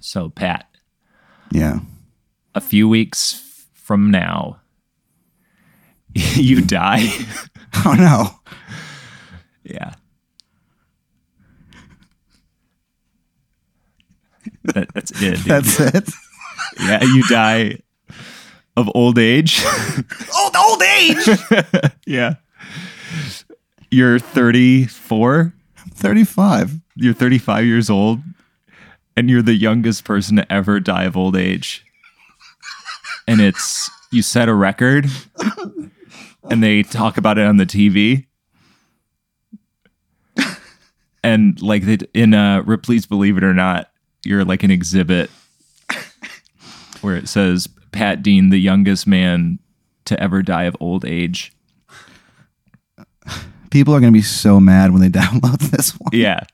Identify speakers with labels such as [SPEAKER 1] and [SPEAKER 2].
[SPEAKER 1] So, Pat,
[SPEAKER 2] Yeah.
[SPEAKER 1] a few weeks from now, you die.
[SPEAKER 2] Oh no.
[SPEAKER 1] yeah. That, that's it. dude.
[SPEAKER 2] That's it.
[SPEAKER 1] yeah, you die of old age.
[SPEAKER 2] old old age.
[SPEAKER 1] yeah. You're 34,
[SPEAKER 2] Thirty five.
[SPEAKER 1] you're 35 years old, and you're the youngest person to ever die of old age. And it's, you set a record, and they talk about it on the TV. And like they, in uh, Ripley's Believe It or Not, you're like an exhibit where it says Pat Dean, the youngest man to ever die of old age.
[SPEAKER 2] People are gonna be so mad when they download this one.
[SPEAKER 1] Yeah.